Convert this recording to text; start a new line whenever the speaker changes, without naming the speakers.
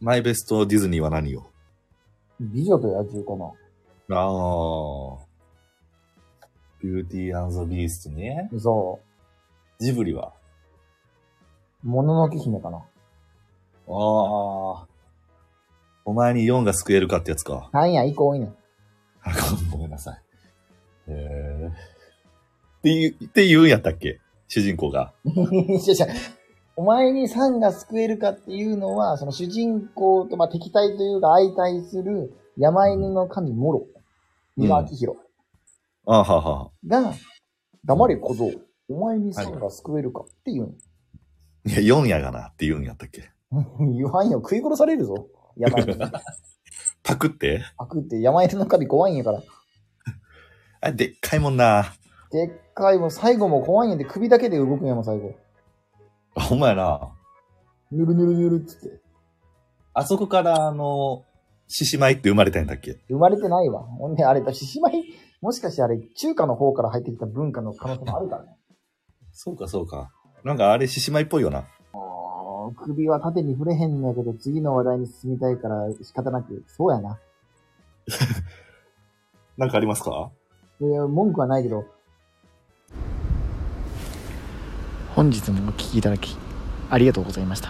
マイベストディズニーは何を
美女と野獣か
ああ。ビューティーザビーストね。
な。そ
ジブリは
う。もののけ姫かな。
ああ。お前に4が救えるかってやつか。
なんや、一個多いねん。
あごめんなさい。えー。って言う、って言うんやったっけ主人公が。
いやいやお前にサンが救えるかっていうのは、その主人公と、まあ、敵対というか相対する山犬の神モロ、
うん
三輪明宏
ああはあはあ。
が、黙れ小僧、お前にサンが救えるかっていう
い
の。
や、4やがなって言うんやったっけ
言わんよ、食い殺されるぞ。山犬。
パクって
悪って山犬の神怖いんやから。
あ、でっかいもんな。
でっかいもん最後も怖いんやで首だけで動くんやもん、最後。
あほんまやな。
ぬるぬるぬるっつって。
あそこから、あの、獅子舞って生まれたんだっけ
生まれてないわ。ほんで、あれ、獅子舞、もしかしてあれ、中華の方から入ってきた文化の可能性もあるからね。
そうか、そうか。なんかあれ、獅子舞っぽいよな。
もう首は縦に触れへんのやけど、次の話題に進みたいから仕方なく、そうやな。
なんかありますか
いや文句はないけど。本日もお聞きいただき、ありがとうございました。